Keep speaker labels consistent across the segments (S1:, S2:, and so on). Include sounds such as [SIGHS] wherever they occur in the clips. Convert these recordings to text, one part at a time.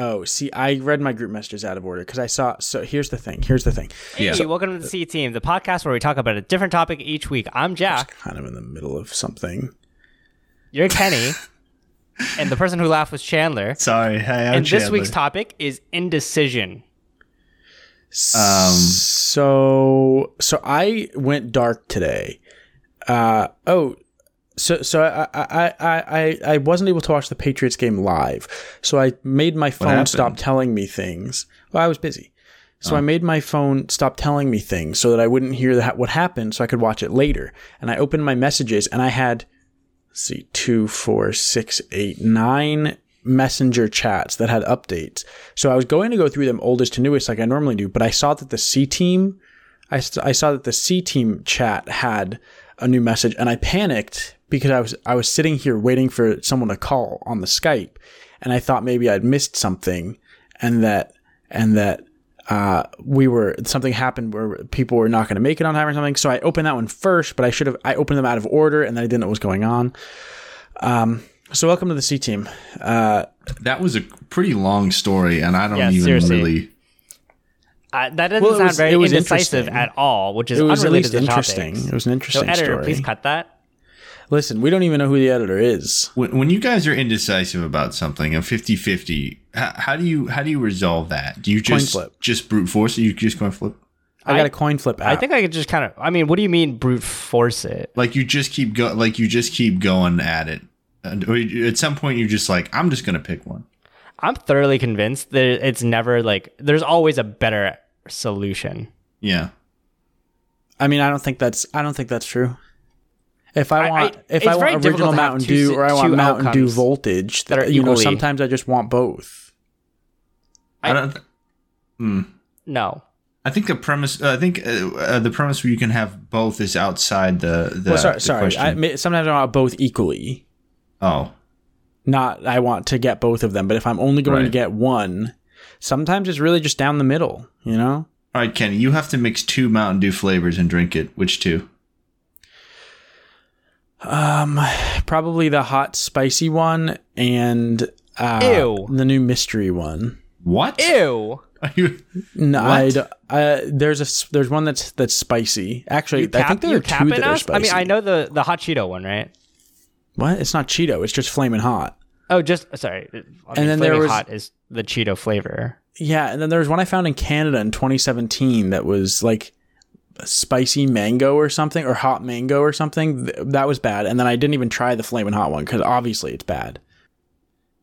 S1: Oh, see, I read my group messages out of order because I saw. So here's the thing. Here's the thing.
S2: Hey,
S3: Yeah. So-
S2: welcome to the C Team, the podcast where we talk about a different topic each week.
S1: [LAUGHS]
S2: I'm Jack.
S1: Kind of in the middle of something.
S2: You're Kenny. and the person who laughed was Chandler.
S3: Sorry. Hey, I'm
S2: and this
S3: Chandler.
S2: week's topic is indecision.
S1: Um. So so I went dark today. Uh oh. So so I I I I, I wasn't able to watch the Patriots game live. So I made my phone
S3: happened?
S1: stop telling me things. Well, I was busy. So I made my phone stop telling me things so that I wouldn't hear that what happened, so I could watch it later. And I opened my messages, and I had let's see two, four, six, eight, nine messenger chats that had updates. So I was going to go through them oldest to newest like I normally do, but I saw that the C team, I, s- I saw that the C team chat had a new message, and I panicked because I was I was sitting here waiting for someone to call on the Skype, and I thought maybe I'd missed something, and that and that uh, we were something happened where people were not going to make it on time or something. So I opened that one first, but I should have I opened them out of order, and then I didn't know what was going on. Um, so welcome to the C team. Uh,
S3: That was a pretty long story, and I don't
S2: Yeah,
S3: even
S2: seriously.
S3: really.
S2: Uh, that doesn't
S1: Well, it
S2: sound
S1: was-
S2: very
S1: it was
S2: indecisive
S1: interesting.
S2: at all, which is
S1: it was at
S2: unrelated
S1: least
S2: to the
S1: interesting.
S2: topic.
S1: It was an
S2: So,
S1: interesting
S2: editor,
S1: story.
S2: please cut that.
S1: Listen, we don't even know who the editor is.
S3: When, when you guys are indecisive about something, a 50-50, how, how do you how do you resolve that? Do you
S1: Coin
S3: just
S1: flip.
S3: just brute force it? You just coin flip?
S1: I, got a coin flip
S2: I
S1: app.
S2: think I could just kind of. I mean, what do you mean brute force it?
S3: Like you just keep go like you just keep going at it. And, or you- at some point, you're just like, I'm just gonna pick one.
S2: I'm thoroughly convinced that it's never like there's always a better solution.
S3: Yeah.
S1: I mean, I don't think that's I don't think that's true. If I
S2: I-
S1: want
S2: I-
S1: if
S2: it's
S1: I
S2: very
S1: want
S2: difficult
S1: original
S2: to have
S1: Mountain
S2: two
S1: Dew
S2: si-
S1: or I want
S2: two
S1: Mountain Dew
S2: outcomes
S1: voltage,
S2: that are
S1: you know,
S2: equally-
S1: sometimes I just want both.
S3: I,
S2: I-
S3: don't. th-
S2: No,
S3: I think the premise. Uh, I think uh, uh, the premise where you can have both is outside the. the
S1: well, sorry,
S3: the
S1: sorry. I,
S3: question.
S1: ma- sometimes I want both equally.
S3: oh,
S1: Not I want to get both of them, but if I'm only going to
S3: Right.
S1: get one, sometimes it's really just down the middle. You know,
S3: all right, Kenny. You have to mix two Mountain Dew flavors and drink it. Which two?
S1: um, probably the hot spicy one and uh,
S2: Ew.
S1: the new mystery one.
S3: What?
S2: ew.
S3: [LAUGHS] Are you?
S1: No,
S3: What?
S1: I, d- I- there's a s- there's one that's that's spicy. Actually,
S2: You cap,
S1: I think there
S2: you
S1: are two that
S2: capping
S1: are
S2: us? I
S1: spicy.
S2: mean, I know the the hot Cheeto one, right?
S1: what? It's not Cheeto. It's just flaming hot.
S2: Oh, just sorry. I mean,
S1: And then there
S2: Flaming
S1: was-
S2: hot is the Cheeto flavor.
S1: Yeah, and then there was one I found in Canada in 2017 that was like spicy mango or something, or hot mango or something. Th- that was bad. And then I didn't even try the flaming hot one because obviously it's bad.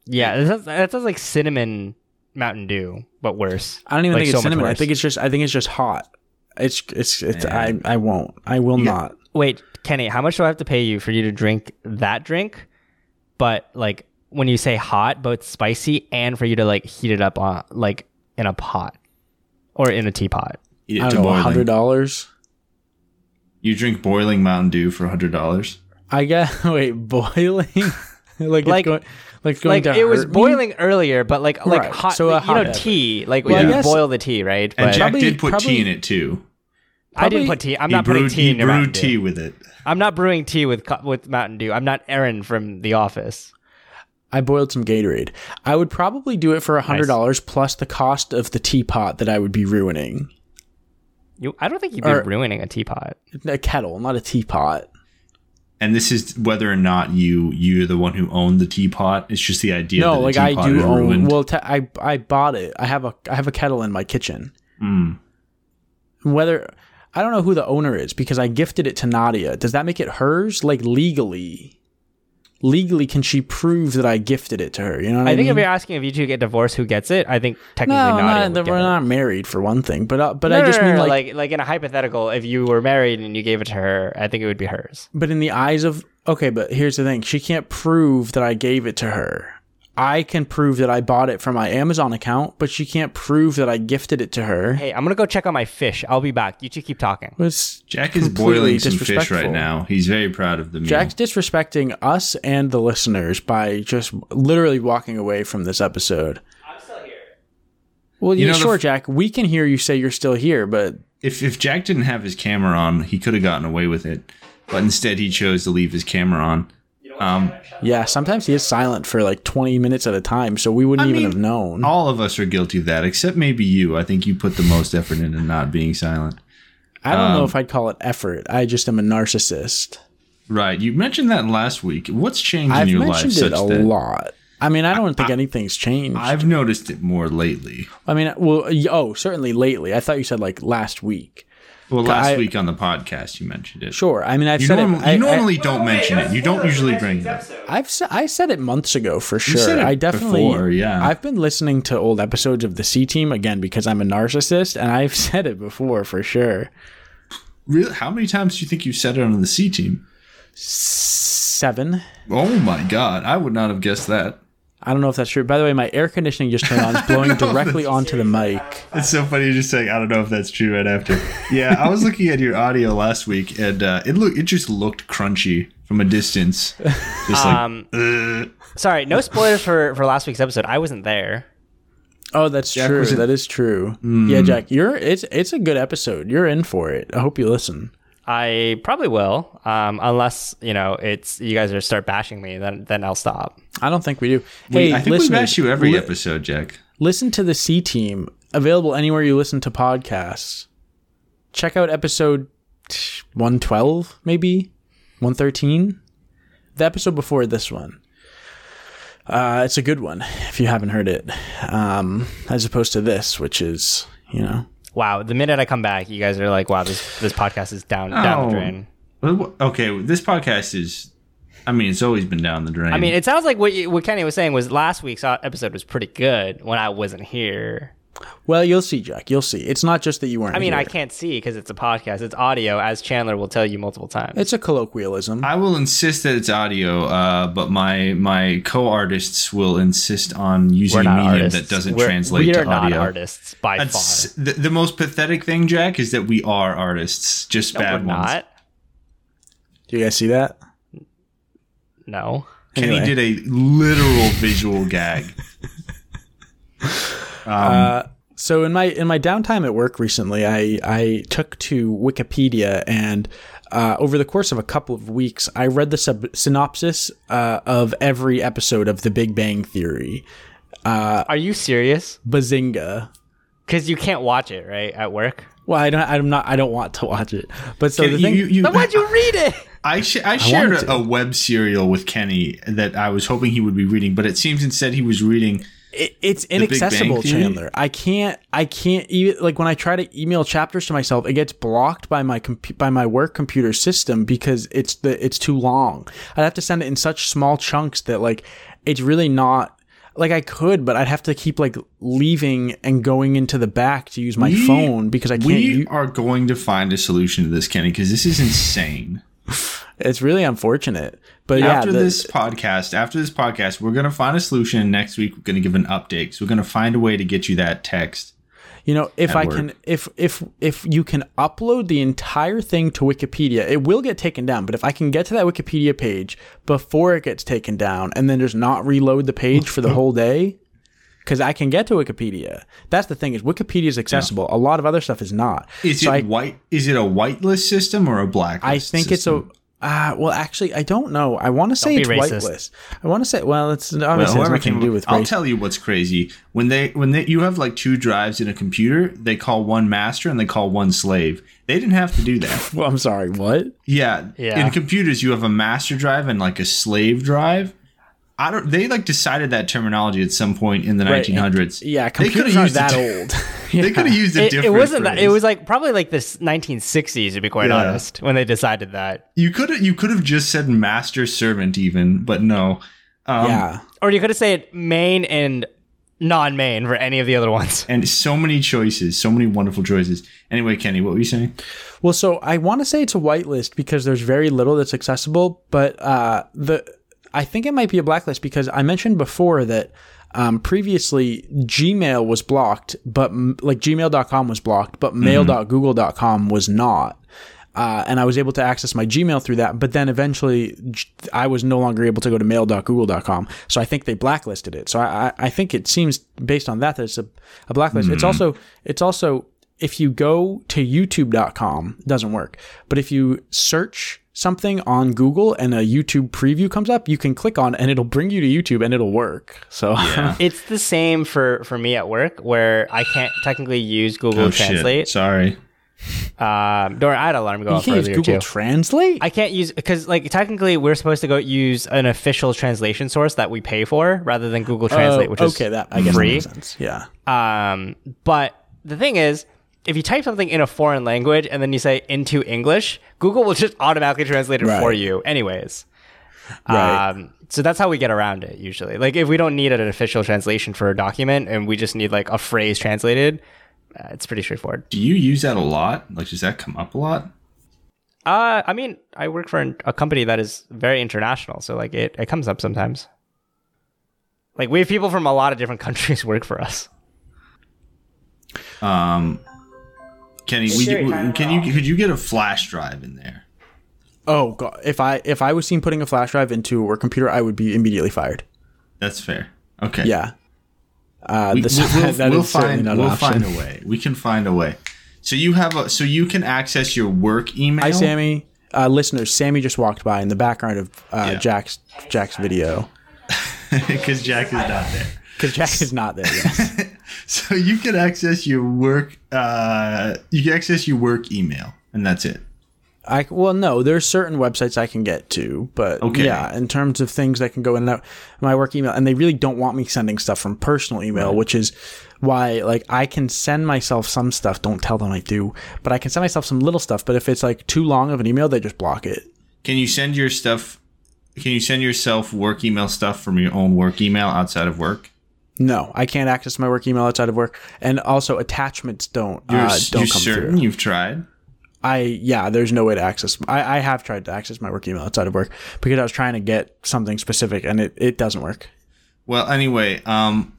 S2: Yeah, that sounds, that sounds like cinnamon Mountain Dew, but worse.
S1: I don't even
S2: Like,
S1: think
S2: so
S1: it's
S2: much
S1: cinnamon. I
S2: worse.
S1: think it's just I think it's just hot. It's it's it's I I won't. I will not.
S2: Wait, Kenny, how much do I have to pay you for you to drink that drink? But like when you say hot, both spicy and for you to like heat it up on like in a pot or in a teapot.
S3: Eat
S1: I
S3: it to
S1: don't know. Hundred
S3: boiling.
S1: dollars.
S3: You drink boiling Mountain Dew for hundred dollars.
S1: I got [LAUGHS] wait boiling. [LAUGHS] like
S2: Like-
S1: it's going, like it's going
S2: like
S1: to
S2: it was
S1: hurt me?
S2: boiling earlier, but like like
S1: Right,
S2: hot.
S1: so a
S2: like, you
S1: hot
S2: know
S1: beverage.
S2: tea. Like
S1: Well,
S3: I
S2: you
S1: guess-
S2: boil the tea, right?
S3: And
S2: But
S3: Jack
S1: probably-
S3: did put
S1: probably-
S3: tea in it too.
S2: I didn't
S1: probably-
S2: put tea. I'm
S3: he
S2: not
S3: brewed,
S2: putting tea
S3: he
S2: in your
S3: brewed
S2: Mountain Dew.
S3: tea with it.
S2: I'm not brewing tea with co- with Mountain Dew. I'm not Aaron from The Office.
S1: I boiled some Gatorade. I would probably do it for hundred dollars plus the cost of the teapot that I would be ruining.
S2: You, I don't think you'd be
S1: Or-
S2: ruining a teapot.
S1: A kettle, not a teapot.
S3: And this is whether or not you you're the one who owned the teapot. It's just the idea. that
S1: no,
S3: the
S1: like I
S3: teapot
S1: do
S3: is
S1: own.
S3: ruined.
S1: Well, te- I I bought it. I have a I have a kettle in my kitchen.
S3: Hmm.
S1: Whether I don't know who the owner is because I gifted it to Nadia. Does that make it hers? Like legally, legally, can she prove that I gifted it to her? You know what I,
S2: I think
S1: mean?
S2: if you're asking if you two get divorced, who gets it? I think technically
S1: no,
S2: Nadia
S1: not,
S2: would
S1: we're
S2: get it.
S1: not married for one thing, but uh, but
S2: No,
S1: I
S2: no,
S1: just
S2: no,
S1: mean
S2: no,
S1: like,
S2: like in a hypothetical, if you were married and you gave it to her, I think it would be hers.
S1: but in the eyes of okay, but here's the thing: she can't prove that I gave it to her. I can prove that I bought it from my Amazon account, but she can't prove that I gifted it to her.
S2: Hey, I'm gonna go check on my fish. I'll be back. You two keep talking.
S1: Was
S3: Jack is
S1: completely
S3: boiling some fish right
S1: disrespectful.
S3: now. He's very proud of the meal.
S1: Jack's disrespecting us and the listeners by just literally walking away from this episode.
S2: I'm still here.
S1: Well,
S3: You
S1: yeah,
S3: know the
S1: sure,
S3: f-
S1: Jack. We can hear you say you're still here, but
S3: if if Jack didn't have his camera on, he could have gotten away with it. But instead, he chose to leave his camera on.
S2: You
S3: Um,
S1: Yeah, sometimes he is silent for like 20 minutes at a time, so we wouldn't
S3: I
S1: even
S3: mean,
S1: have known.
S3: all of us are guilty of that, except maybe you. I think you put the most effort into not being silent.
S1: I
S3: um,
S1: don't know if I'd call it effort. I just am a narcissist.
S3: Right. You mentioned that last week. What's changed
S1: I've
S3: in your life
S1: mentioned
S3: such
S1: it a
S3: that
S1: lot. I mean, I don't think anything's changed. i
S3: I've noticed it more lately?
S1: mean, well, y- oh, certainly lately. I thought you said like last week.
S3: Well, last
S1: I-
S3: week on the podcast you mentioned it.
S1: Sure. I mean, I've
S3: You,
S1: said
S3: norm-
S1: it.
S3: you
S1: I,
S3: normally don't mention it. You don't usually bring it. up.
S1: I, have said I said it months ago for sure.
S3: said it
S1: I definitely.
S3: before, yeah.
S1: I've been listening to old episodes of the C Team again because I'm a narcissist, and I've [LAUGHS] said it before for sure.
S3: Really? How many times do you think you said it on the C team?
S1: Seven.
S3: Oh my god! I would not have guessed that.
S1: I don't know if that's true. By the way, my air conditioning just turned
S3: [LAUGHS]
S1: on, It's blowing directly onto the mic.
S3: It's so funny just saying I don't know if that's true right after. Yeah, I was looking at your audio last week and uh, it looked it just looked crunchy from a distance. Just like
S2: Um, sorry, no spoilers for for last week's episode. I wasn't there.
S1: Oh, that's true.
S3: was Hmm. it-
S1: That is true. Yeah, Jack, you're it's it's a good episode. You're in for it. I hope you listen.
S2: I probably will, um, unless you know it's you guys are start bashing me. Then then I'll stop.
S1: I don't think we do.
S3: we-
S1: hey,
S3: I think we
S1: listeners,
S3: bash you every
S1: li-
S3: episode, Jack.
S1: Listen to the C Team, available anywhere you listen to podcasts. Check out episode 112, maybe 113, the episode before this one. Uh, it's a good one if you haven't heard it, um, as opposed to this, which is you know
S2: Wow, the minute I come back, you guys are like, wow, this this podcast is down
S3: Oh.
S2: down the drain.
S3: Well, wh- Okay, this podcast is. I mean, it's always been down the drain.
S2: I mean, it sounds like what you, what Kenny was saying was last week's uh, episode was pretty good when I wasn't here.
S1: Well, you'll see, Jack. You'll see. It's not just that you weren't.
S2: I mean, I
S1: here.
S2: can't see because it's a podcast. It's audio, as Chandler will tell you multiple times.
S1: It's a colloquialism.
S3: I will insist that it's audio, uh, but my my co-artists will insist on using
S2: We're
S3: a
S2: not
S3: medium
S2: artists.
S3: that doesn't
S2: We're-
S3: translate
S2: we
S3: to
S2: are not
S3: audio.
S2: artists by
S3: That's-
S2: far.
S3: the, the most pathetic thing, Jack, is that we are artists, just
S2: No,
S3: bad
S2: we're
S3: ones.
S2: not.
S1: Do you guys see that?
S2: No.
S3: Kenny
S1: Anyway.
S3: did a literal visual
S2: [LAUGHS]
S3: gag.
S1: So in my in my downtime at work recently, I I took to Wikipedia and uh, over the course of a couple of weeks, I read the sub- synopsis uh, of every episode of The Big Bang Theory.
S3: Uh,
S2: Are you serious?
S1: Bazinga!
S2: Because you can't watch it, right?
S3: [LAUGHS]
S2: At work?
S1: Well, I don't. I'm not. I don't want to watch it. But so
S3: Kenny,
S1: the thing.
S3: you- you-
S2: Then why'd you read it?
S3: I, sh- I shared
S1: wanted
S3: a, a web serial with Kenny that I was hoping he would be reading, but it seems instead he was reading.
S1: it, it's
S3: Big Bang
S1: inaccessible,
S3: Theory?
S1: Chandler. I can't. I can't even like when I try to email chapters to myself, it gets blocked by my compu- by my work computer system because it's the it's too long. I'd have to send it in such small chunks that like it's really not like I could, but I'd have to keep like leaving and going into the back to use my
S3: We-
S1: phone because I can't.
S3: We
S1: u-
S3: are going to find a solution to this, Kenny, because this is insane.
S1: it's really unfortunate, but [LAUGHS] yeah,
S3: after
S1: the-
S3: this podcast, after this podcast, we're gonna find a solution. and Next week, we're gonna give an update. So we're gonna find a way to get you that text.
S1: You know, if
S3: at
S1: I
S3: work.
S1: can, if if if you can upload the entire thing to Wikipedia, it will get taken down. But if I can get to that Wikipedia page before it gets taken down, and then just not reload the page for the whole day, because I can get to Wikipedia. That's the thing is Wikipedia is accessible. A lot of other stuff is not.
S3: Is
S1: So
S3: it
S1: I-
S3: white? Is it a whitelist system or a blacklist?
S1: I think it's a. Uh, well, actually, I don't know. I want to say
S2: be
S1: it's
S2: racist.
S1: whitelist. I want to say, well, it's
S3: Well,
S1: obviously it has
S3: whoever
S1: nothing
S3: came
S1: to do with
S3: I'll
S1: race. [LAUGHS]
S3: tell you what's crazy. When they when they you have like two drives in a computer, they call one master and they call one slave. They didn't have to do that.
S1: well, I'm sorry. What?
S3: Yeah.
S2: Yeah.
S3: In computers, you have a master drive and like a slave drive. I don't. They like decided that terminology at some point in the
S1: Right, and-
S3: 1900s.
S1: Yeah,
S3: They coulda
S1: computers aren't
S3: used a
S1: that
S3: di-
S1: old.
S3: [LAUGHS] They could have used a
S2: It,
S3: different.
S2: it wasn't that. It
S3: phrase.
S2: was like probably like this 1960s, to be quite
S3: Yeah.
S2: honest, when they decided that.
S3: You could have you could have just said master servant even, but no.
S1: [LAUGHS]
S3: Um,
S1: yeah.
S2: Or you could have said main and non main for any of the
S3: [LAUGHS]
S2: other ones.
S3: And so many choices, so many wonderful choices. Anyway, Kenny, what were you saying?
S1: Well, so I want to say it's a whitelist because there's very little that's accessible, but uh, the I think it might be a blacklist because I mentioned before that um, previously Gmail was blocked, but m- like Gmail.com was blocked, but Mail.Google.com was not. Uh, and I was able to access my Gmail through that, but then eventually j- I was no longer able to go to mail.google.com. So I think they
S2: Hmm.
S1: blacklisted it. So I, I, I think it seems based on that that it's a, a blacklist. It's also it's also if you go to youtube.com, it doesn't work. But if you search something on Google and a YouTube preview comes up, you can click on it and it'll bring you to YouTube and it'll work. So
S3: Yeah.
S2: It's the same for for me at work where I can't technically use Google
S3: Oh shit!
S2: Translate.
S3: Sorry.
S2: Um, Dora, I had an alarm
S1: [LAUGHS]
S2: go
S1: you
S2: off
S1: can't use
S2: earlier
S1: Google
S2: too.
S1: Translate?
S2: I can't use because like technically we're supposed to go use an official translation source that we pay for rather than Google Translate,
S1: Oh,
S2: which
S1: okay,
S2: is
S1: that I guess that
S2: free.
S1: makes sense. Yeah.
S2: Um, but the thing is, if you type something in a foreign language and then you say into English, Google will just automatically translate it for
S1: Right.
S2: you, anyways.
S1: Right.
S2: Um, so that's how we get around it usually. Like if we don't need an official translation for a document and we just need like a phrase translated, uh, it's pretty straightforward.
S3: Do you use that a lot? Like, does that come up a lot?
S2: Uh, I mean, I work for an, a company that is very international, so like it, it comes up sometimes. Like we have people from a lot of different [LAUGHS] countries work for us.
S3: Um, Kenny, we,
S2: Siri
S3: we-
S2: kinda
S3: can you could you get a flash drive in there?
S1: Oh god, if I if I was seen putting a flash drive into a work computer, I would be immediately fired.
S3: That's fair. Okay.
S1: Yeah. Uh,
S3: We,
S1: this, [LAUGHS]
S3: will
S1: that is certainly
S3: find
S1: not
S3: we'll
S1: an option.
S3: find a way. We can find a way. So you have a so you can access your work email.
S1: Hi,
S3: [LAUGHS]
S1: Sammy. Uh, listeners, Sammy just walked by in the background of uh,
S3: Yeah.
S1: Jack's Jack's [LAUGHS] video
S3: because Jack is not there.
S1: because Jack is not there. Yes.
S3: So you can access your work. Uh, you can access your work email, and that's it.
S1: [LAUGHS] I well, no, there's certain websites I can get to, but
S3: Okay.
S1: yeah, in terms of things that can go in and out my work email, and they really don't want me sending stuff from personal email, which is why like I can send myself some stuff. Don't tell them I do, but I can send myself some little stuff. But if it's like too long of an email, they just block it.
S3: Can you send your stuff? Can you send yourself work email stuff from your own work email outside of work?
S1: No, I can't access my work email outside of work, and also attachments don't
S3: You're,
S1: uh,
S3: s-
S1: don't
S3: you're
S1: come
S3: certain
S1: through.
S3: you've tried.
S1: I yeah, there's no way to access. I, I have tried to access my work email outside of work because I was trying to get something specific, and it, it doesn't work.
S3: Well, anyway, um,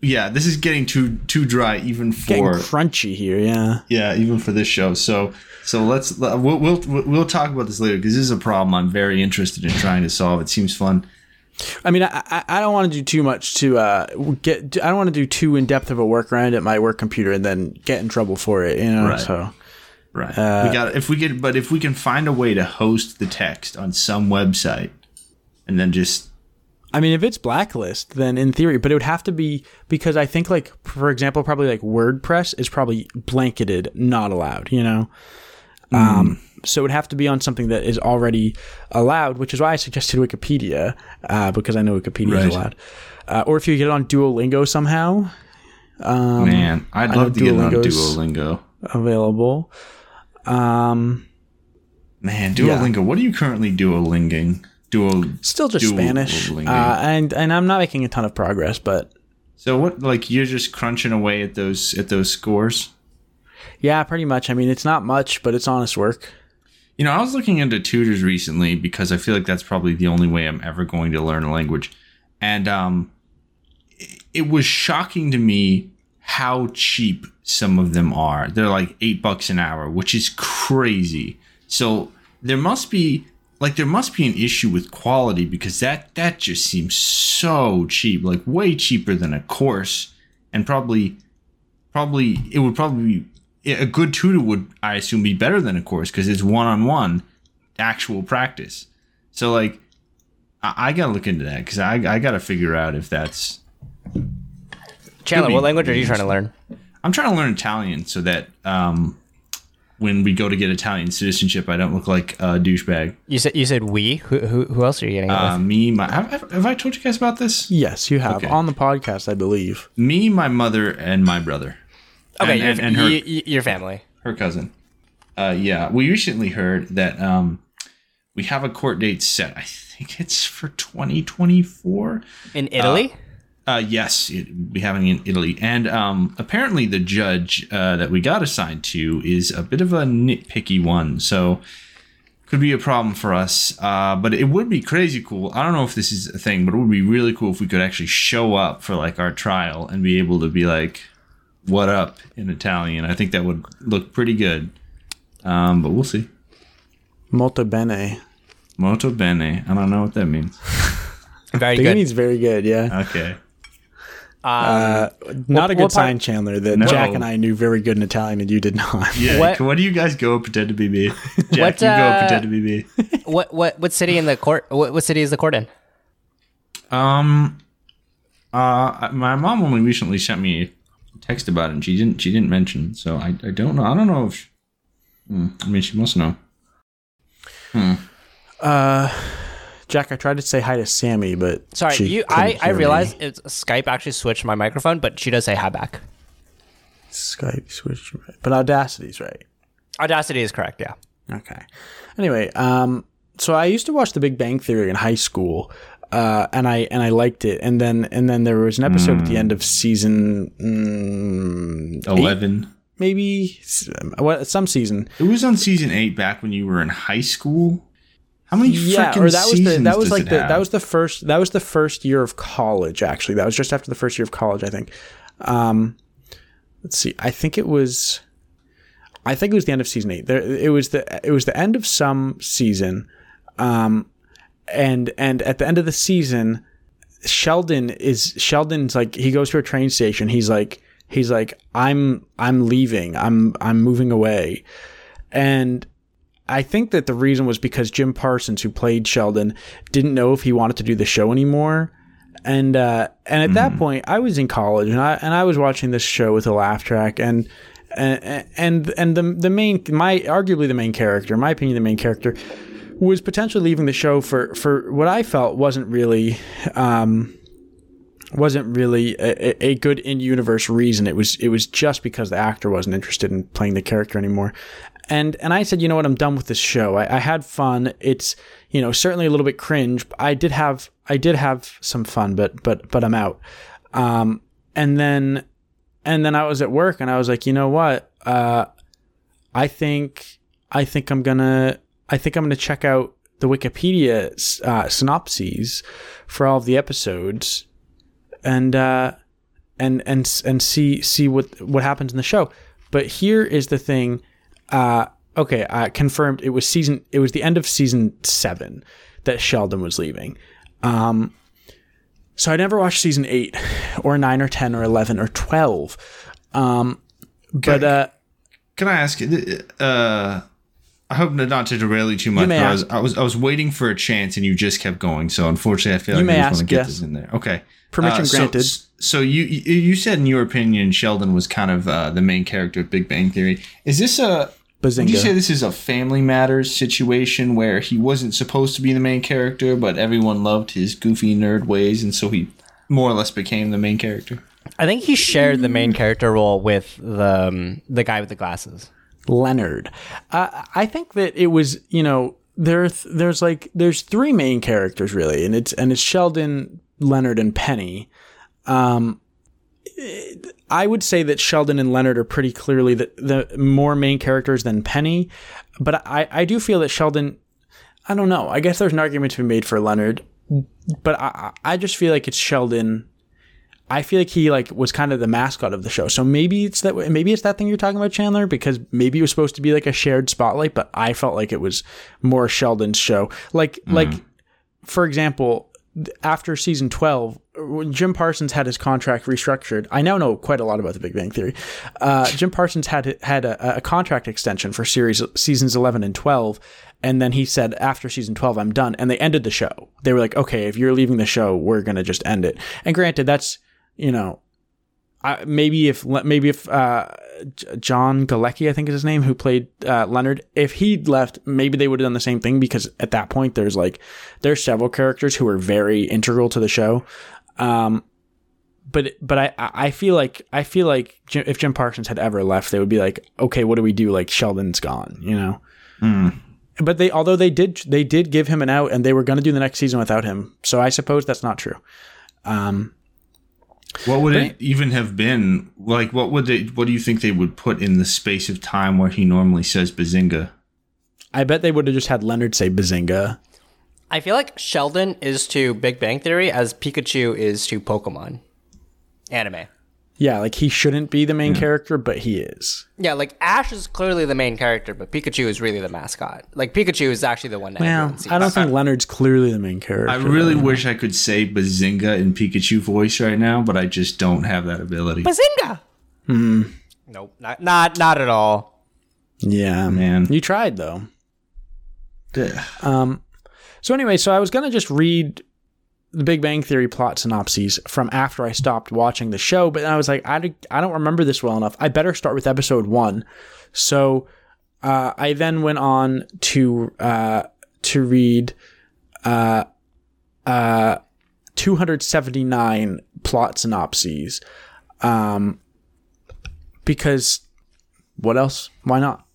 S3: yeah, this is getting too too dry even
S1: Getting
S3: for
S1: crunchy here, yeah.
S3: yeah even for this show. So so let's we'll we'll we'll talk about this later because this is a problem I'm very interested in trying to solve. It seems fun.
S1: I mean, I I, I don't want to do too much to uh get. I don't want to do too in depth of a workaround at my work computer and then get in trouble for it. You know,
S3: Right.
S1: so
S3: Right. we
S1: Uh,
S3: got if we could, but if we can find a way to host the text on some website, and then just
S1: I mean, if it's blacklist, then in theory, but it would have to be because I think, like, for example, probably like WordPress is probably blanketed, not allowed, you know?
S3: Mm.
S1: Um, so it would have to be on something that is already allowed, which is why I suggested Wikipedia, uh, because I know Wikipedia
S3: Right.
S1: is allowed. Uh, or if you get it on Duolingo somehow,
S3: man, I'd
S1: Um, know
S3: love to get on
S1: Duolingo's-
S3: Duolingo.
S1: available. Um,
S3: Man, Duolingo. What are you currently Duolinging? Duo.
S1: still just
S3: Duolingo.
S1: Spanish. Uh, and, and I'm not making a ton of progress, but
S3: So what? Like you're just crunching away at those at those scores.
S1: yeah, pretty much. I mean, it's not much, but it's honest work.
S3: You know, I was looking into tutors recently because I feel like that's probably the only way I'm ever going to learn a language. And um it- it was shocking to me how cheap some of them are. They're like 8 bucks an hour, which is crazy. So, there must be like there must be an issue with quality because that that just seems so cheap, like way cheaper than a course and probably probably it would probably be a good tutor would I assume be better than a course because it's one on one actual practice. So like I, I gotta look into that because I I gotta figure out if that's
S2: Chandler,
S3: be
S2: what language are you trying to learn?
S3: I'm trying to learn Italian so that um when we go to get Italian citizenship I don't look like a douchebag.
S2: You said you said we. Who who, who else are you getting? it with?
S3: Uh, me my have, have- have I told you guys about this?
S1: Yes, you have
S3: Okay.
S1: on the podcast, I believe.
S3: Me my mother and my brother.
S2: Okay,
S3: and,
S2: your,
S3: and, and her
S2: y- y- your family.
S3: her cousin. Uh, yeah, we recently heard that um, we have a court date set. I think it's for 2024.
S2: In Italy?
S3: Uh, yes, it, we having it in Italy, and um, apparently the judge uh, that we got assigned to is a bit of a nitpicky one, so could be a problem for us. Uh, but it would be crazy cool. I don't know if this is a thing, but it would be really cool if we could actually show up for like our trial and be able to be like, "What up?" in Italian. I think that would look pretty good. Um, but we'll see.
S1: Molto bene.
S3: Molto bene. I don't know what that means.
S2: Very
S1: It
S2: good. Uh,
S1: means very good, yeah.
S3: Okay.
S1: Uh, not a good
S2: what part-
S1: sign, Chandler, that
S3: No.
S1: Jack and I knew very good in Italian and you did not.
S3: [LAUGHS] Yeah.
S2: What-
S3: What do you guys go pretend to be
S2: [LAUGHS]
S3: me? Jack,
S2: What,
S3: you go
S2: uh,
S3: pretend to be me.
S2: What what what city in the court? What, what city is the court in?
S3: Um, uh, my mom only recently sent me a text about it, and she didn't. She didn't mention, so I, I don't know. I don't know if. She, Hmm, I mean, she must know.
S1: Uh, Jack, I tried to say hi to Sammy, but
S2: Sorry,
S1: she
S2: you.
S1: couldn't
S2: I I
S1: hear me.
S2: realized it's Skype actually switched my microphone, but she does say hi back.
S1: Skype switch, but Audacity's right.
S2: Audacity is correct. Yeah.
S1: Okay. Anyway, um, so I used to watch The Big Bang Theory in high school, uh, and I and I liked it. And then and then there was an episode
S2: Hmm.
S1: at the end of season mm, eight,
S3: Eleven.
S1: maybe S- what some season.
S3: It was on season eight back when you were in high school. How many
S1: Yeah,
S3: freaking
S1: or that was
S3: seasons
S1: the that was
S3: does
S1: like
S3: it
S1: the
S3: have?
S1: that was the first that was the first year of college. Actually, that was just after the first year of college, I think. Um, let's see. I think it was. I think it was the end of season eight. There, it was the it was the end of some season, um, and and at the end of the season, Sheldon is Sheldon's like he goes to a train station. He's like he's like I'm I'm leaving. I'm I'm moving away, and I think that the reason was because Jim Parsons, who played Sheldon, didn't know if he wanted to do the show anymore. And uh, and at that point, I was in college, and I and I was watching this show with a laugh track, and and and and the the main my arguably the main character, in my opinion, the main character was potentially leaving the show for for what I felt wasn't really um, wasn't really a, a- a good in universe reason. It was it was just because the actor wasn't interested in playing the character anymore. And and I said, you know what, I'm done with this show. I, I had fun. It's you know certainly a little bit cringe. but I did have I did have some fun, but but but I'm out. Um, and then and then I was at work and I was like, you know what, uh, I think I think I'm gonna I think I'm gonna check out the Wikipedia uh, synopses for all of the episodes and uh, and and and see see what what happens in the show. But here is the thing. Uh, okay, uh, confirmed. It was season. It was the end of season seven that Sheldon was leaving. Um, so I never watched season eight, or nine, or ten, or eleven, or twelve. Um, but uh,
S3: Can I ask? Uh, I hope not to derail you too much.
S1: may
S3: but I, was,
S1: ask.
S3: I was I was waiting for a chance, and you just kept going. So unfortunately, I feel
S1: You
S3: like
S1: may
S3: I just
S1: ask,
S3: want to get
S1: yes.
S3: this in there. Okay, Uh,
S1: Permission
S3: so-
S1: granted.
S3: So, you you you said in your opinion, Sheldon was kind of uh, the main character of Big Bang Theory. Is this a would you
S1: Bazinga.
S3: say this is a Family Matters situation where he wasn't supposed to be the main character, but everyone loved his goofy nerd ways, and so he more or less became the main character?
S2: I think he shared the main character role with the um, the guy with the glasses.
S1: Leonard. Uh, I think that it was, you know, there there's like there's three main characters really, and it's and it's Sheldon, Leonard, and Penny. Um, I would say that Sheldon and Leonard are pretty clearly the, the more main characters than Penny, but I I do feel that Sheldon. I don't know. I guess there's an argument to be made for Leonard, but I I I just feel like it's Sheldon. I feel like he like was kind of the mascot of the show. So maybe it's that maybe it's that thing you're talking about, Chandler, because maybe it was supposed to be like a shared spotlight, but I felt like it was more Sheldon's show. Like like for example, th- after season 12, when Jim Parsons had his contract restructured, I now know quite a lot about the Big Bang Theory. Uh, Jim Parsons had had a, a contract extension for series seasons 11 and 12, and then he said after season 12, I'm done, and they ended the show. They were like, okay, if you're leaving the show, we're gonna just end it. And granted, that's you know. I, maybe if Le- maybe if uh, J- John Galecki, I think is his name, who played uh, Leonard, if he'd left, maybe they would have done the same thing because at that point there's like there's several characters who are very integral to the show. Um, but but I I I feel like I feel like Jim, if Jim Parsons had ever left, they would be like, okay, what do we do? Like Sheldon's gone, you know. But they although they did they did give him an out, and they were going to do the next season without him. So I suppose that's not true.
S3: What would it even have been like? What would they? What do you think they would put in the space of time where he normally says "bazinga"?
S1: I bet they would have just had Leonard say Bazinga.
S2: I feel like Sheldon is to Big Bang Theory as Pikachu is to Pokemon anime.
S1: Yeah, like he shouldn't be the main character, but he is.
S4: Yeah, like Ash is clearly the main character, but Pikachu is really the mascot. Like Pikachu is actually the one that
S1: Well,
S4: everyone sees.
S1: I don't think Leonard's clearly the main character.
S3: I really wish I could say Bazinga in Pikachu voice right now, but I just don't have that ability.
S4: Bazinga. Hmm. Nope. Not not not at all.
S1: Yeah,
S3: Man.
S1: You tried though.
S3: Ugh.
S1: So anyway, so I was gonna just read the Big Bang Theory plot synopses from after I stopped watching the show, but then I was like, I, d- I don't remember this well enough. I better start with episode one. So uh, I then went on to uh, to read uh, uh, 279 plot synopses, um, because what else? Why not?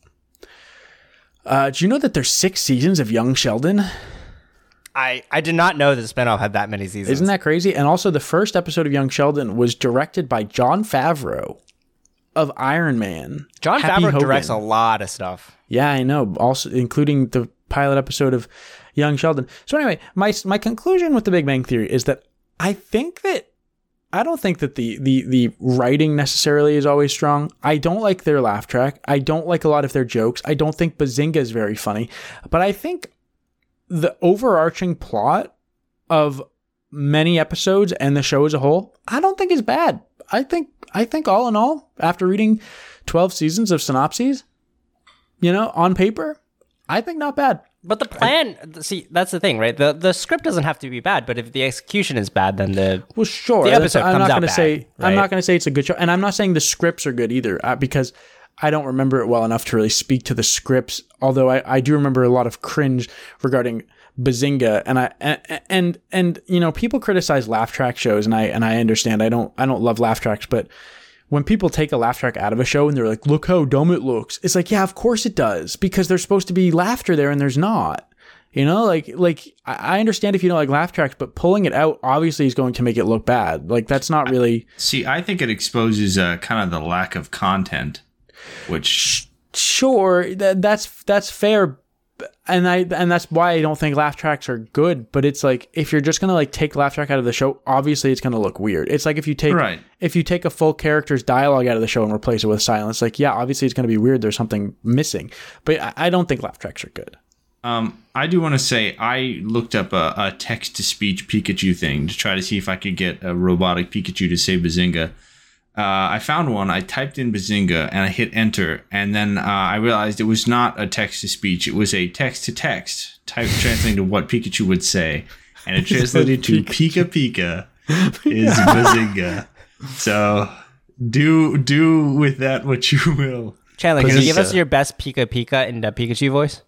S1: Uh, do you know that there's six seasons of Young Sheldon?
S4: I I did not know the spinoff had that many seasons.
S1: Isn't that crazy? And also, the first episode of Young Sheldon was directed by John Favreau of Iron Man.
S4: John
S1: Happy
S4: Favreau
S1: Hogan.
S4: directs a lot of stuff.
S1: Yeah, I know. Also, including the pilot episode of Young Sheldon. So anyway, my my conclusion with The Big Bang Theory is that I think that I don't think that the the the writing necessarily is always strong. I don't like their laugh track. I don't like a lot of their jokes. I don't think Bazinga is very funny. But I think the overarching plot of many episodes and the show as a whole, I don't think is bad. I think I think all in all, after reading 12 seasons of synopses, you know, on paper, I think not bad.
S2: But the plan, see, that's the thing, right? The the script doesn't have to be bad, but if the execution is bad, then the
S1: Well, sure.
S2: The
S1: that's-
S2: episode
S1: I'm
S2: comes
S1: not
S2: out
S1: gonna
S2: bad,
S1: say I'm
S2: right?
S1: not going to say it's a good show, and I'm not saying the scripts are good either uh, because I don't remember it well enough to really speak to the scripts. Although I, I do remember a lot of cringe regarding Bazinga, and I and, and and you know people criticize laugh track shows, and I and I understand. I don't I don't love laugh tracks, but when people take a laugh track out of a show and they're like, "Look how dumb it looks," it's like, yeah, of course it does because there's supposed to be laughter there, and there's not. You know, like like I I understand if you don't like laugh tracks, but pulling it out obviously is going to make it look bad. Like that's not really
S3: See, I think it exposes uh, kind of the lack of content, which
S1: sure. That, that's that's fair, and I and that's why I don't think laugh tracks are good. But it's like if you're just gonna like take laugh track out of the show, obviously it's gonna look weird. It's like if you take
S3: Right.
S1: if you take a full character's dialogue out of the show and replace it with silence, like yeah, obviously it's gonna be weird. There's something missing, but I, I don't think laugh tracks are good.
S3: Um, I do want to say I looked up a, a text to speech Pikachu thing to try to see if I could get a robotic Pikachu to say Bazinga. Uh, I found one. I typed in Bazinga and I hit enter, and then uh, I realized it was not a text to speech. It was a text to text type translating to what Pikachu would say, and it translated to Pika Pika is Bazinga. So do do with that what you will.
S2: Chandler, can you give us
S3: Pazika.
S2: your best Pika Pika in the Pikachu voice?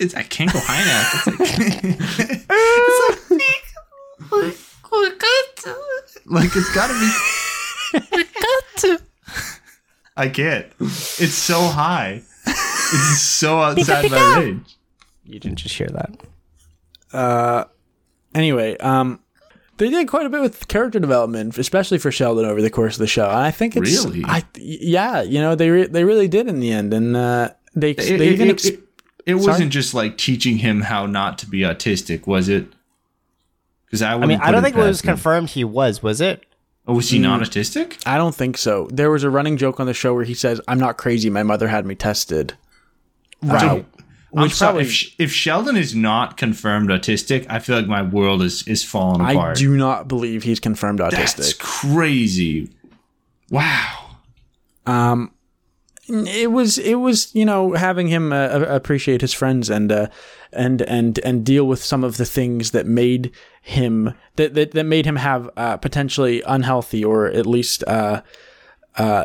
S3: It's I can't go high enough. It's like- Like it's gotta be. I can't. It's so high. It's so
S1: [LAUGHS]
S3: outside my range.
S2: You didn't just hear that.
S1: Anyway, um, they did quite a bit with character development, especially for Sheldon over the course of the show. And I think it's
S3: Really?
S1: I, yeah, you know they re- they really did in the end, and uh, they
S3: It,
S1: they
S3: it-
S1: even
S3: it-
S1: ex-
S3: it- it wasn't just like teaching him how not to be autistic, was it? Because I,
S2: I mean, I don't think it was confirmed he was, was it?
S3: Oh, was he
S1: Mm.
S3: non-autistic?
S1: I don't think so. There was a running joke on the show where he says, "I'm not crazy. My mother had me tested."
S3: So, I'm
S1: Which
S3: sorry.
S1: probably-
S3: If, Sh- if Sheldon is not confirmed autistic, I feel like my world is is falling
S1: I
S3: apart.
S1: do not believe he's confirmed
S3: That's
S1: autistic.
S3: crazy. Wow.
S1: Um, it was it was you know having him uh, a- appreciate his friends and uh, and and and deal with some of the things that made him that that, that made him have uh, potentially unhealthy or at least uh, uh,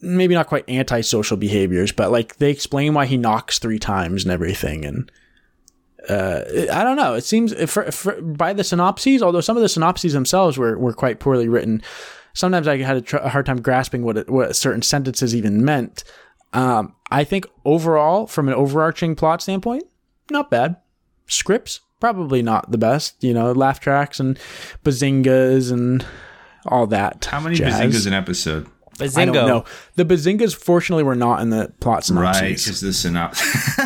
S1: maybe not quite antisocial behaviors, but like they explain why he knocks three times and everything and. Uh, I don't know. It seems for, for, by the synopses, although some of the synopses themselves were, were quite poorly written, sometimes I had a, tr- a hard time grasping what it, what certain sentences even meant. Um, I think overall, from an overarching plot standpoint, not bad. Scripts probably not the best. You know, laugh tracks and bazingas and all that.
S3: How many
S1: jazz.
S3: bazingas an episode?
S2: Bazingo.
S1: I don't know. The bazingas, fortunately, were not in the plot [LAUGHS]
S3: Right, [LAUGHS]
S1: synopses.
S3: because the synopsis.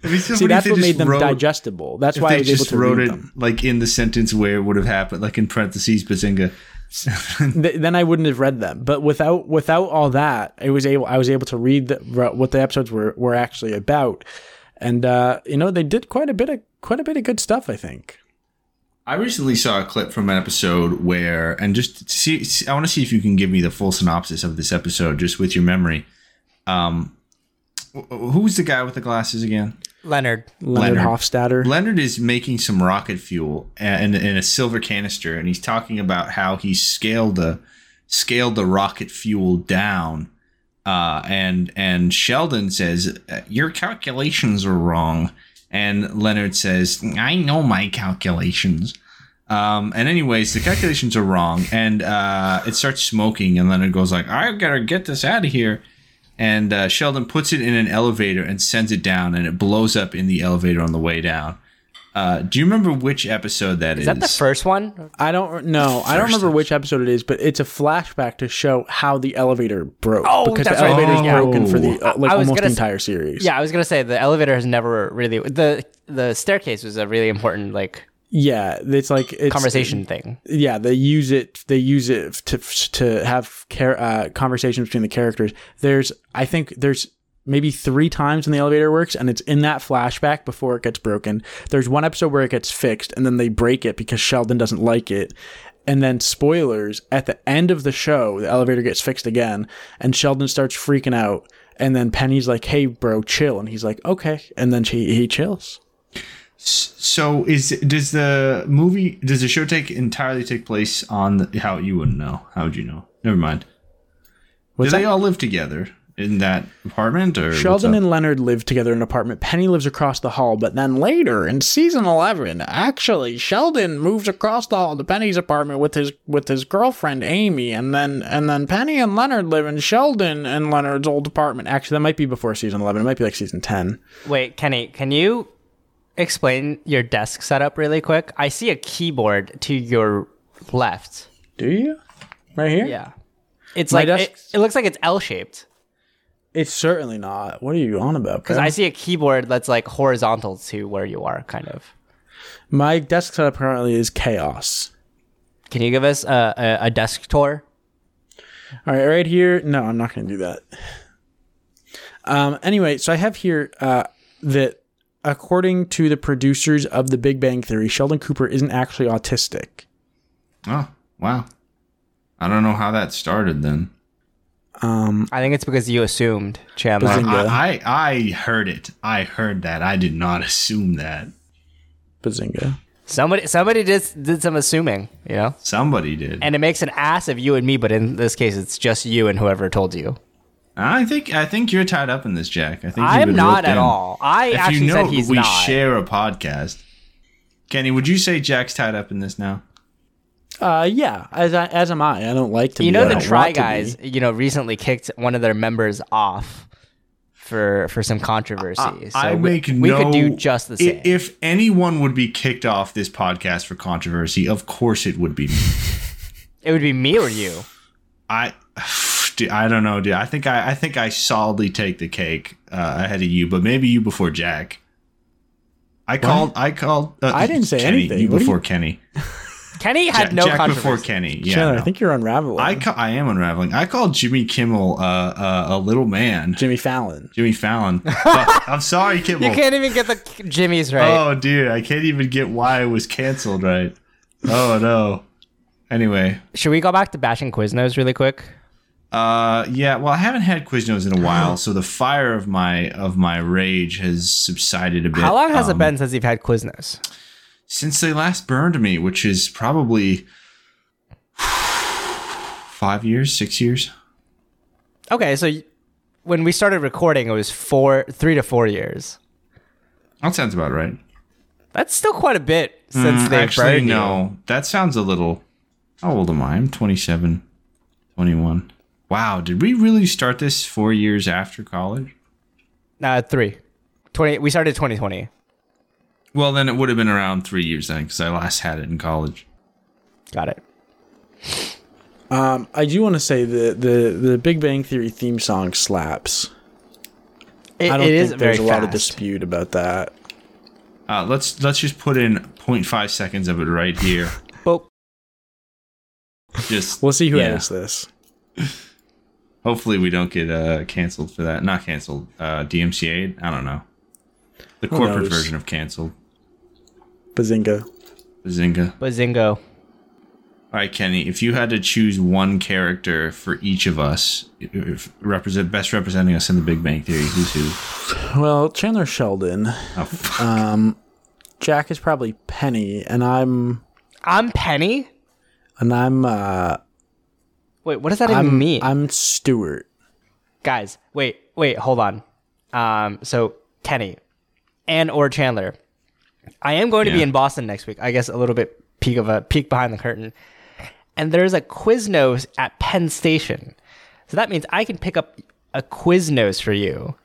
S3: It'd be so
S1: See,
S3: funny if
S1: that's
S3: they
S1: what
S3: just
S1: made them
S3: wrote-
S1: digestible. That's
S3: If
S1: why I
S3: they
S1: was able
S3: just
S1: to
S3: wrote
S1: read
S3: it
S1: them.
S3: like in the sentence where it would have happened, like in parentheses, Bazinga.
S1: Th- then I wouldn't have read them. But without without all that, it was able I was able to read the, re- what the episodes were were actually about, and uh, you know they did quite a bit of quite a bit of good stuff. I think.
S3: I recently saw a clip from an episode where, and just see, see- I want to see if you can give me the full synopsis of this episode, just with your memory. Um, wh- who was the guy with the glasses again?
S2: Leonard.
S1: Leonard,
S3: Leonard.
S1: Hofstadter.
S3: Leonard is making some rocket fuel a- in, in a silver canister, and he's talking about how he scaled the scaled the rocket fuel down. Uh, and and Sheldon says uh, your calculations are wrong, and Leonard says I know my calculations. Um, and anyways, the calculations are wrong, and uh, it starts smoking, and Leonard goes like I gotta get this out of here and uh, Sheldon puts it in an elevator and sends it down, and it blows up in the elevator on the way down. Uh, do you remember which episode that
S2: Is that the first one?
S1: I don't know. I don't
S3: First
S1: remember
S3: episode.
S1: which episode it is, but it's a flashback to show how the elevator broke.
S2: Oh,
S1: because
S2: that's
S1: the
S2: right.
S1: elevator's
S3: Oh.
S1: broken for the uh, like
S2: I was
S1: almost the
S2: gonna say-
S1: entire series.
S2: Yeah, I was gonna say the elevator has never really the the staircase was a really important like
S1: yeah. It's like it's,
S2: conversation thing.
S1: yeah they use it they use it to to have care, uh, conversations between the characters there's i think there's maybe three times when the elevator works and it's in that flashback before it gets broken there's one episode where it gets fixed and then they break it because sheldon doesn't like it and then spoilers at the end of the show the elevator gets fixed again and sheldon starts freaking out and then penny's like hey bro chill and he's like okay and then she, he chills
S3: So is does the movie does the show take entirely take place on the, how you wouldn't know? How would you know? Never mind.
S1: What's
S3: do they
S1: that?
S3: all live together in that apartment or what's
S1: Sheldon
S3: up?
S1: and Leonard live together in an apartment. Penny lives across the hall, but then later in season eleven, actually, Sheldon moves across the hall to Penny's apartment with his with his girlfriend Amy, and then and then Penny and Leonard live in Sheldon and Leonard's old apartment. Actually, that might be before season eleven. It might be like season ten.
S2: Wait, Kenny, can you explain your desk setup really quick? I see a keyboard to your left.
S1: Do you? Right here?
S2: Yeah. It's
S1: My
S2: like it,
S1: desk's-
S2: it looks like it's L shaped.
S1: It's certainly not. What are you on about?
S2: Because
S1: bro?
S2: I see a keyboard that's like horizontal to where you are, kind of.
S1: My desk setup currently is chaos.
S2: Can you give us a, a, a desk tour?
S1: All right, right here. No, I'm not going to do that. Um, anyway, so I have here uh, that according to the producers of The Big Bang Theory, Sheldon Cooper isn't actually autistic.
S3: Oh wow, I don't know how that started then.
S1: Um,
S2: I think it's because you assumed, Chandler.
S1: Bazinga.
S3: I, I I heard it. I heard that. I did not assume that.
S1: Bazinga.
S2: Somebody somebody did, did some assuming, you know?
S3: Somebody did.
S2: And it makes an ass of you and me, but in this case, it's just you and whoever told you.
S3: I think I think you're tied up in this, Jack. I think you've
S2: I'm
S3: been
S2: not
S3: roped
S2: at
S3: in.
S2: all. I
S3: if
S2: actually
S3: you know
S2: said he's
S3: we
S2: not.
S3: share a podcast. Kenny, would you say Jack's tied up in this now?
S1: Uh, yeah, as I as am I. I don't like to.
S2: you
S1: be, I
S2: know the
S1: don't
S2: Try
S1: want to be.
S2: Guys, you know, recently kicked one of their members off for for some controversy. so
S3: I
S2: we-
S3: make
S2: we,
S3: no.
S2: could do just the
S3: i-
S2: same.
S3: If anyone would be kicked off this podcast for controversy, of course it would be me.
S2: it would be me or you.
S3: I. [SIGHS] Dude, I don't know, dude. I think I, I think I solidly take the cake uh, ahead of you, but maybe you before Jack. I called. I called. Uh,
S1: I didn't say
S3: Kenny,
S1: anything.
S3: You
S1: What are
S3: before
S1: you-
S3: Kenny.
S2: Kenny had
S3: Jack,
S2: no
S3: Jack
S2: controversy.
S3: before Kenny. Yeah,
S1: Chandler,
S3: no.
S1: I think you're unraveling.
S3: I ca- I am unraveling. I called Jimmy Kimmel uh, uh, a little man.
S1: Jimmy Fallon.
S3: Jimmy Fallon.
S2: [LAUGHS]
S3: But I'm sorry, Kimmel.
S2: You can't even get the Jimmy's right.
S3: oh, dude, I can't even get why it was canceled. Right? Oh no. Anyway,
S2: Should we go back to bashing Quiznos really quick?
S3: uh, yeah. Well, I haven't had Quiznos in a while, so the fire of my of my rage has subsided a bit.
S2: How long has
S3: Um,
S2: it been since you've had Quiznos?
S3: since they last burned me? Which is probably five years, six years.
S2: Okay, so y- when we started recording, it was four, three to four years.
S3: That sounds about right.
S2: That's still quite a bit since
S3: Mm,
S2: they
S3: actually
S2: burned you.
S3: no that sounds a little how old am i i'm 27 21 wow did we really start this four years after college
S2: Nah, Uh, three. 20, we started 2020.
S3: well then it would have been around three years then because i last had it in college
S2: Got it.
S1: Um, I do want to say the the the Big Bang Theory theme song slaps.
S2: It,
S1: I don't
S2: it
S1: think
S2: is very
S1: there's a lot of
S2: fast.
S1: dispute about that.
S3: Uh, let's let's just put in 0.5 seconds of it right
S2: [LAUGHS]
S3: here.
S2: Boop.
S3: Just
S1: We'll see who
S3: yeah.
S1: edits this.
S3: Hopefully we don't get uh, canceled for that. Not canceled. Uh, DMCA. I don't know. The corporate
S1: knows?
S3: version of canceled.
S1: Bazinga.
S3: Bazinga.
S2: Bazingo.
S3: All right, Kenny. If you had to choose one character for each of us, if represent best representing us in the Big Bang Theory, who's who?
S1: Well, Chandler Sheldon.
S2: [LAUGHS]
S3: Oh, fuck.
S1: Jack is probably Penny, and I'm
S2: I'm Penny.
S1: and I'm uh
S2: Wait, what does that even
S1: I'm
S2: mean?
S1: I'm Stewart.
S2: Guys, wait, wait, hold on. Um, so Kenny and or Chandler. I am going to be
S3: Yeah.
S2: in Boston next week. I guess a little bit peek of a peek behind the curtain. And there's a Quiznos at Penn Station. So that means I can pick up a Quiznos for you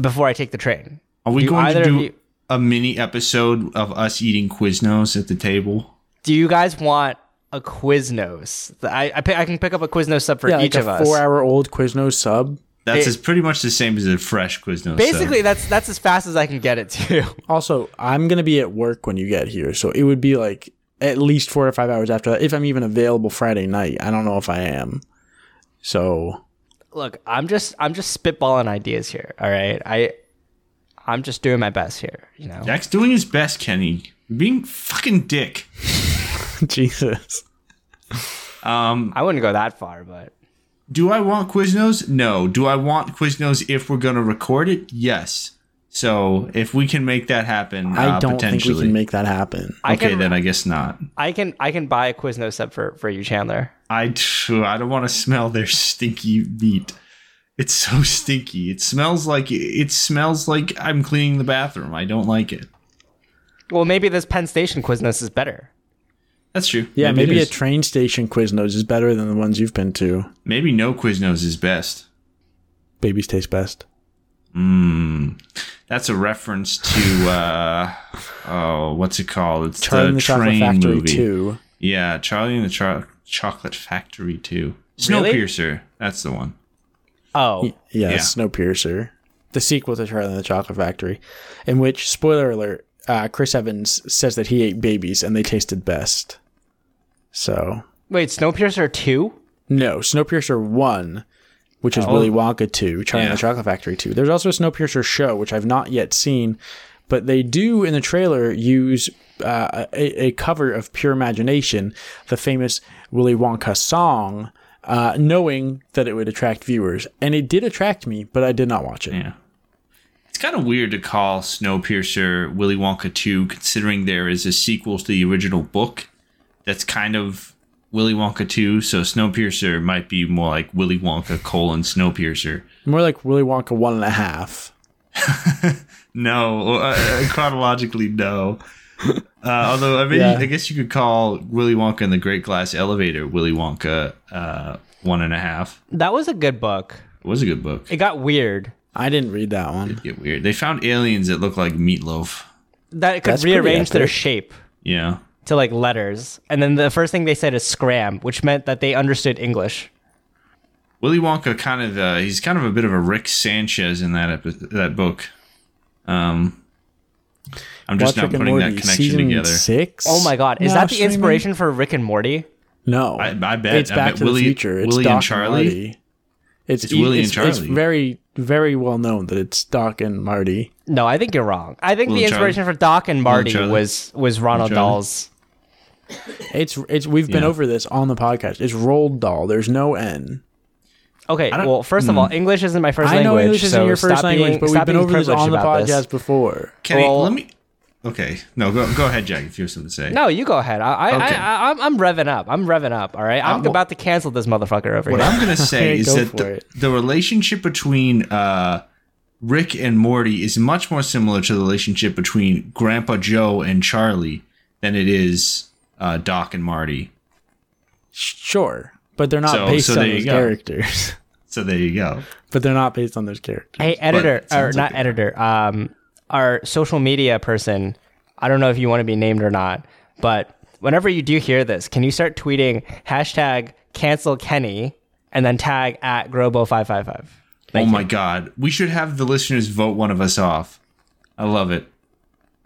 S2: before I take the train.
S3: Are we
S2: do
S3: going
S2: either
S3: to
S2: of
S3: do
S2: you-
S3: a mini episode of us eating Quiznos at the table?
S2: Do you guys want a Quiznos? I I, pi- I can pick up a Quiznos sub for
S1: Yeah,
S2: each
S1: like
S2: of
S1: a
S2: us.
S1: four-hour-old Quiznos sub.
S3: That's
S2: It-
S3: as pretty much the same as a fresh Quiznos.
S2: Basically,
S3: sub.
S2: that's that's as fast as I can get it to.
S1: Also, I'm gonna be at work when you get here, so it would be like at least four to five hours after that, if I'm even available Friday night. I don't know if I am.
S2: [LAUGHS]
S1: So
S2: [LAUGHS] look i'm just i'm just spitballing ideas here all right i i'm just doing my best here you know
S3: Jack's doing his best, Kenny. You're Being fucking dick.
S1: Jesus.
S3: Um,
S2: i wouldn't go that far but
S3: do I want Quiznos? No. Do I want Quiznos if we're gonna record it? Yes. So if we can make that happen,
S1: I
S3: uh,
S1: don't think
S3: potentially.
S1: we can make that happen.
S2: i
S3: okay,
S2: can
S3: then I guess not.
S2: i can i can buy a quiznos sub for for you chandler
S3: I phew, I don't want to smell their stinky meat. It's so stinky. It smells like it smells like I'm cleaning the bathroom. I don't like it.
S2: well maybe this penn station quiznos is better
S3: That's true.
S1: Yeah, maybe, a
S3: it is.
S1: train station Quiznos is better than the ones you've been to.
S3: maybe no Quiznos is best.
S1: Babies taste best.
S3: Mm, that's a reference to uh, oh, what's it called? It's
S1: Charlie and the Chocolate
S3: train
S1: Factory
S3: movie.
S1: too.
S3: Yeah, Charlie and the Cho- Chocolate Factory too.
S2: Really?
S3: Snowpiercer. That's the one.
S2: oh
S1: Yeah,
S3: Yeah.
S1: Snowpiercer, the sequel to Charlie and the Chocolate Factory, in which spoiler alert, uh, Chris Evans says that he ate babies and they tasted best. So
S2: wait snowpiercer 2
S1: no, Snowpiercer one, which is Willy Wonka two, Charlie and the
S3: Oh. Yeah.
S1: Chocolate Factory two. There's also a Snowpiercer show which I've not yet seen, but they do in the trailer use. Uh, a, a cover of Pure Imagination, the famous Willy Wonka song, uh, knowing that it would attract viewers. And it did attract me, but I did not watch it.
S3: Yeah. It's kind of weird to call Snowpiercer Willy Wonka 2, considering there is a sequel to the original book that's kind of Willy Wonka 2. So Snowpiercer might be more like Willy Wonka colon Snowpiercer.
S1: More like Willy Wonka one and a half.
S3: No, uh, chronologically, no. Uh, although, I mean,
S1: Yeah.
S3: I guess you could call Willy Wonka and the Great Glass Elevator Willy Wonka uh, one and a half.
S2: that was a good book
S3: It was a good book.
S2: it got weird
S1: I didn't read that one.
S3: Get weird. They found aliens that look like meatloaf.
S2: that it could
S1: That's pretty
S2: rearrange their
S1: epic.
S2: shape
S3: Yeah.
S2: to like letters and then the first thing they said is scram which meant that they understood english
S3: Willy Wonka kind of uh, he's kind of a bit of a Rick Sanchez in that epi- that book. Um, I'm
S1: Watch
S3: just not
S1: Rick and
S3: putting that
S1: Morty
S3: connection
S1: season
S3: together.
S1: six.
S2: oh my god is
S1: now
S2: that the
S1: streaming?
S2: inspiration for rick and morty
S1: No,
S3: I, I bet
S1: it's
S3: I
S1: Back
S3: bet
S1: to
S3: Willy,
S1: the Future. It's
S3: Willy
S1: Doc
S3: and Charlie.
S1: Marty. It's,
S3: It's
S1: e-
S3: Willy and
S1: it's- It's
S3: Charlie.
S1: very very well known that it's Doc and Marty.
S2: No, I think you're wrong. I think
S3: Will
S2: the
S3: and Charlie?
S2: inspiration for Doc and Marty
S3: Charlie?
S2: was was Ronald
S3: Charlie?
S2: Dahl's.
S1: It's it's we've been
S3: Yeah.
S1: over this on the podcast. It's rolled doll. There's no N.
S2: Okay,
S3: don't- Hmm.
S2: well, first of all, English isn't my first
S1: I
S2: language.
S1: know English isn't
S2: so
S1: your first
S2: stop
S1: language,
S2: being,
S1: but
S2: stop
S1: we've been
S2: being
S1: over this
S2: privileged
S1: on the
S2: about
S1: podcast
S2: this.
S1: before.
S3: Kenny,
S2: Well-
S3: let me. Okay, no, go go ahead, Jack. If you have something to say.
S2: No, you go ahead. I, I,
S3: Okay.
S2: I, I, I'm, I'm revving up. I'm revving up. All right, I'm
S3: well-
S2: about to cancel this motherfucker over
S3: What
S2: here.
S3: I'm
S1: [LAUGHS]
S3: gonna say
S1: Okay,
S3: is
S1: go
S3: that
S1: for
S3: the,
S1: it.
S3: the relationship between uh, Rick and Morty is much more similar to the relationship between Grandpa Joe and Charlie than it is uh, Doc and Marty.
S1: Sure, but they're not
S3: So-
S1: based
S3: so
S1: on
S3: there you
S1: those
S3: go.
S1: characters. [LAUGHS]
S3: So there you go.
S1: but they're not based on those characters.
S2: Hey, editor
S3: it
S2: or
S3: sounds
S2: not
S3: like they
S2: editor. Um, our social media person. I don't know if you want to be named or not, but whenever you do hear this, can you start tweeting hashtag cancel Kenny and then tag at Grobo five five five.
S3: oh my god. We should have the listeners vote one of us off. I love it.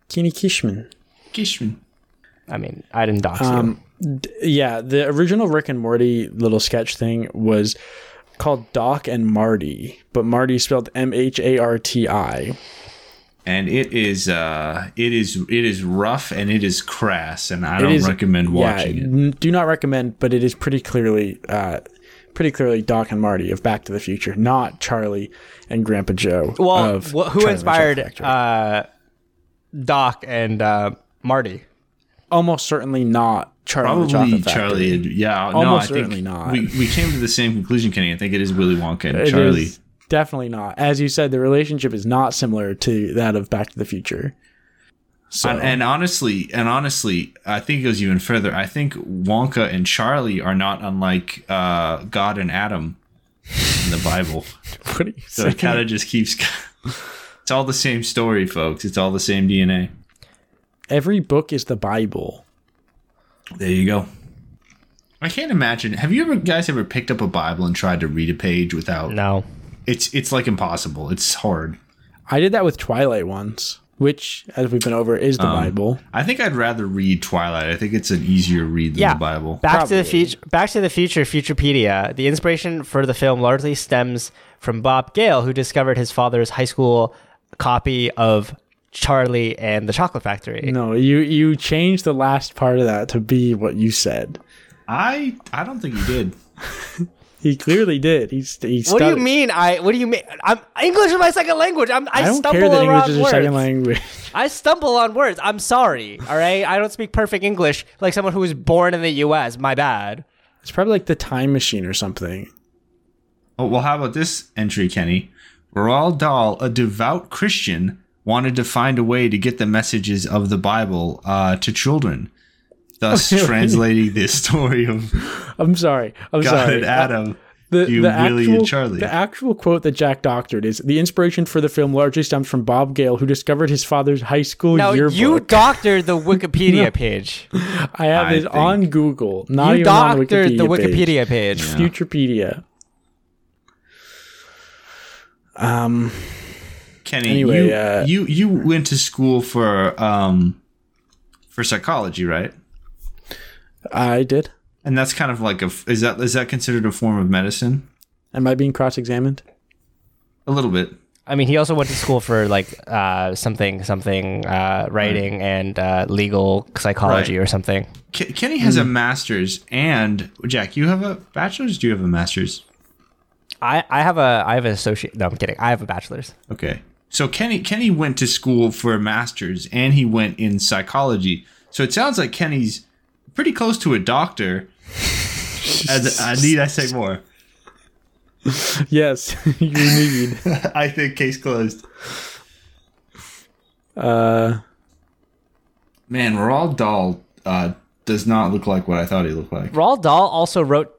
S1: Kini Kishman.
S3: Kishman.
S2: I mean, I didn't dox you.
S1: Um, d- yeah, the original Rick and Morty little sketch thing was called Doc and Marty, but Marty spelled M H A R T I.
S3: And it is uh it is it is rough and it is crass and I
S1: It
S3: don't
S1: is-
S3: recommend watching it.
S1: n- do not recommend, but it is pretty clearly, uh, pretty clearly Doc and Marty of Back to the Future, not Charlie and Grandpa Joe.
S4: Well, wh-
S1: of
S4: who
S1: Charlie and the Chocolate
S4: inspired
S1: Factory.
S4: uh, Doc and uh, Marty?
S1: Almost certainly not Charlie. and the
S3: Probably
S1: Chocolate Factory.
S3: Charlie and yeah, no,
S1: Almost
S3: I think
S1: certainly not.
S3: We we came to the same conclusion, Kenny. I think it is Willy Wonka and
S1: It
S3: Charlie.
S1: is definitely not. As you said, the relationship is not similar to that of Back to the Future. So,
S3: And, and honestly, and honestly, I think it goes even further. I think Wonka and Charlie are not unlike uh, God and Adam in the
S1: [LAUGHS]
S3: Bible.
S1: [LAUGHS] what are you
S3: So it
S1: saying?
S3: kind of just keeps. [LAUGHS] It's all the same story, folks. It's all the same DNA.
S1: every book is the Bible.
S3: There you go. I can't imagine. Have you ever guys ever picked up a Bible and tried to read a page without?
S2: No.
S3: It's it's like impossible. It's hard.
S1: I did that with Twilight once, which, as we've been over, is
S3: Um,
S1: the Bible.
S3: I think I'd rather read Twilight. I think it's an easier read than
S2: Yeah.
S3: the Bible.
S2: Back to the future. Back to the Future. Futurepedia. The inspiration for the film largely stems from Bob Gale, who discovered his father's high school copy of Charlie and the Chocolate Factory.
S1: No, you you changed the last part of that to be what you said.
S3: I I don't think you did.
S1: He clearly did. He's he
S2: What do you
S1: stuttered.
S2: mean? I. What do you mean? I'm English is my second language. I'm,
S1: I
S2: I,
S1: don't
S2: stumble
S1: care that English
S2: around
S1: is your
S2: words.
S1: second language. [LAUGHS]
S2: I stumble on words. I'm sorry. All right. I don't speak perfect English like someone who was born in the U.S. My bad.
S1: It's probably like the time machine or something.
S3: Oh, well, how about this entry, Kenny? Roald Dahl, a devout Christian, wanted to find a way to get the messages of the Bible uh, to children,
S1: [LAUGHS]
S3: thus translating the story of
S1: I'm [LAUGHS] sorry. Uh, I'm
S3: God
S1: sorry.
S3: and Adam
S1: the,
S3: to
S1: the
S3: Willie
S1: actual,
S3: and Charlie.
S1: The actual quote that Jack doctored is the inspiration for the film largely stems from Bob Gale, who discovered his father's high school
S2: No,
S1: yearbook.
S2: you doctored the
S1: [LAUGHS]
S2: Wikipedia page.
S1: I have
S3: I
S1: it
S3: think-
S1: on Google, not
S2: you
S1: even on
S2: doctored
S1: Wikipedia
S2: the
S1: page.
S2: Wikipedia page.
S1: Futurepedia. Um,
S3: Kenny,
S1: Anyway,
S3: you,
S1: uh,
S3: you you went to school for um for psychology, right?
S1: I did.
S3: And that's kind of like a f- is that is that considered a form of medicine?
S1: Am I being cross-examined?
S3: A little bit.
S2: I mean, he also went to school for like uh, something, something uh, writing and uh, legal psychology
S3: Right.
S2: or something.
S3: Ke- Kenny has a master's, and Jack, you have a bachelor's. Do you have a master's?
S2: I, I have a I have an associate. No, I'm kidding. I have a bachelor's.
S3: Okay. So Kenny Kenny went to school for a master's and he went in psychology. So it sounds like Kenny's pretty close to a [LAUGHS] doctor. As I need I say more.
S1: [LAUGHS] Yes, [LAUGHS] you need.
S3: I think case closed.
S1: Uh,
S3: Man, Roald Dahl uh, does not look like what I thought he looked like.
S2: Roald Dahl also wrote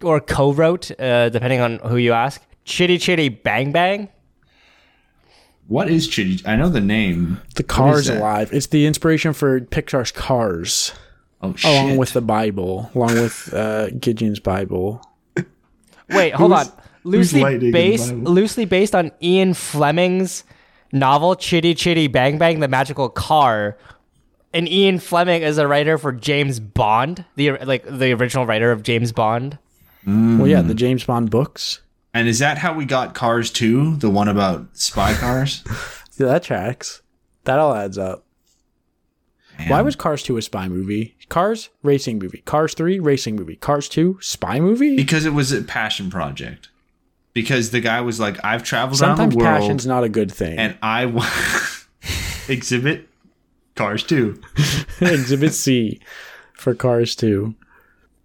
S2: or co-wrote, uh, depending on who you ask, Chitty Chitty Bang Bang.
S3: What is Chitty? I know the name.
S1: the car's
S3: that?
S1: alive. It's the inspiration for Pixar's Cars,
S3: Oh shit.
S1: along with the Bible, along with uh, Gideon's Bible.
S2: Wait, hold on.
S3: lighting
S2: Loosely
S3: in
S2: based,
S3: the Bible?
S2: loosely based on Ian Fleming's novel Chitty Chitty Bang Bang: The Magical Car. And Ian Fleming is a writer for James Bond, the like the original writer of James Bond.
S1: Well, yeah,
S3: Mm.
S1: the James Bond books.
S3: and is that how we got Cars 2? The one about spy [LAUGHS] cars?
S1: Yeah, that tracks. That all adds up. Why was Cars 2 a spy movie? Cars, racing movie. Cars 3, racing movie. Cars 2, spy movie?
S3: because it was a passion project. Because the guy was like, I've traveled
S1: Sometimes
S3: around the world.
S1: passion's not a good thing.
S3: and I [LAUGHS] w- exhibit Cars 2.
S1: [LAUGHS] Exhibit C for Cars 2.
S2: [LAUGHS]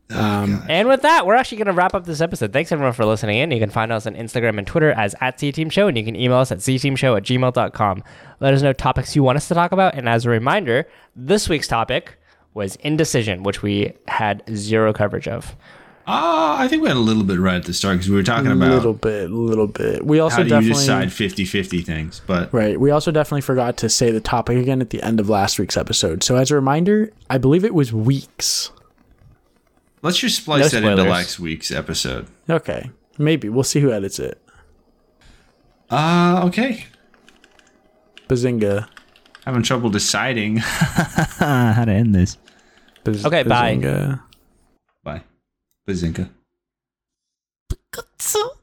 S2: And with that, we're actually going to wrap up this episode. Thanks everyone for listening in. You can find us on Instagram and Twitter as at Team Show, and you can email us at cteamshow at gmail.com. Let us know topics you want us to talk about. And as a reminder, this week's topic was indecision, which we had zero coverage of.
S3: Ah, I think we had a little bit right at the start because we were talking
S1: A
S3: about
S1: little bit, little bit. We also
S3: how do you
S1: definitely
S3: decide 50 50 things. But
S1: Right. We also definitely forgot to say the topic again at the end of last week's episode. So as a reminder, I believe it was weeks.
S3: let's just splice
S2: No
S3: that into
S2: spoilers.
S3: last week's episode.
S1: Okay. Maybe. We'll see who edits it.
S3: Uh, okay.
S1: Bazinga.
S3: Having trouble deciding how to end this.
S1: Baz-
S2: Okay, bye.
S1: bazinga.
S3: Bye. Bazinga.
S2: Katsu.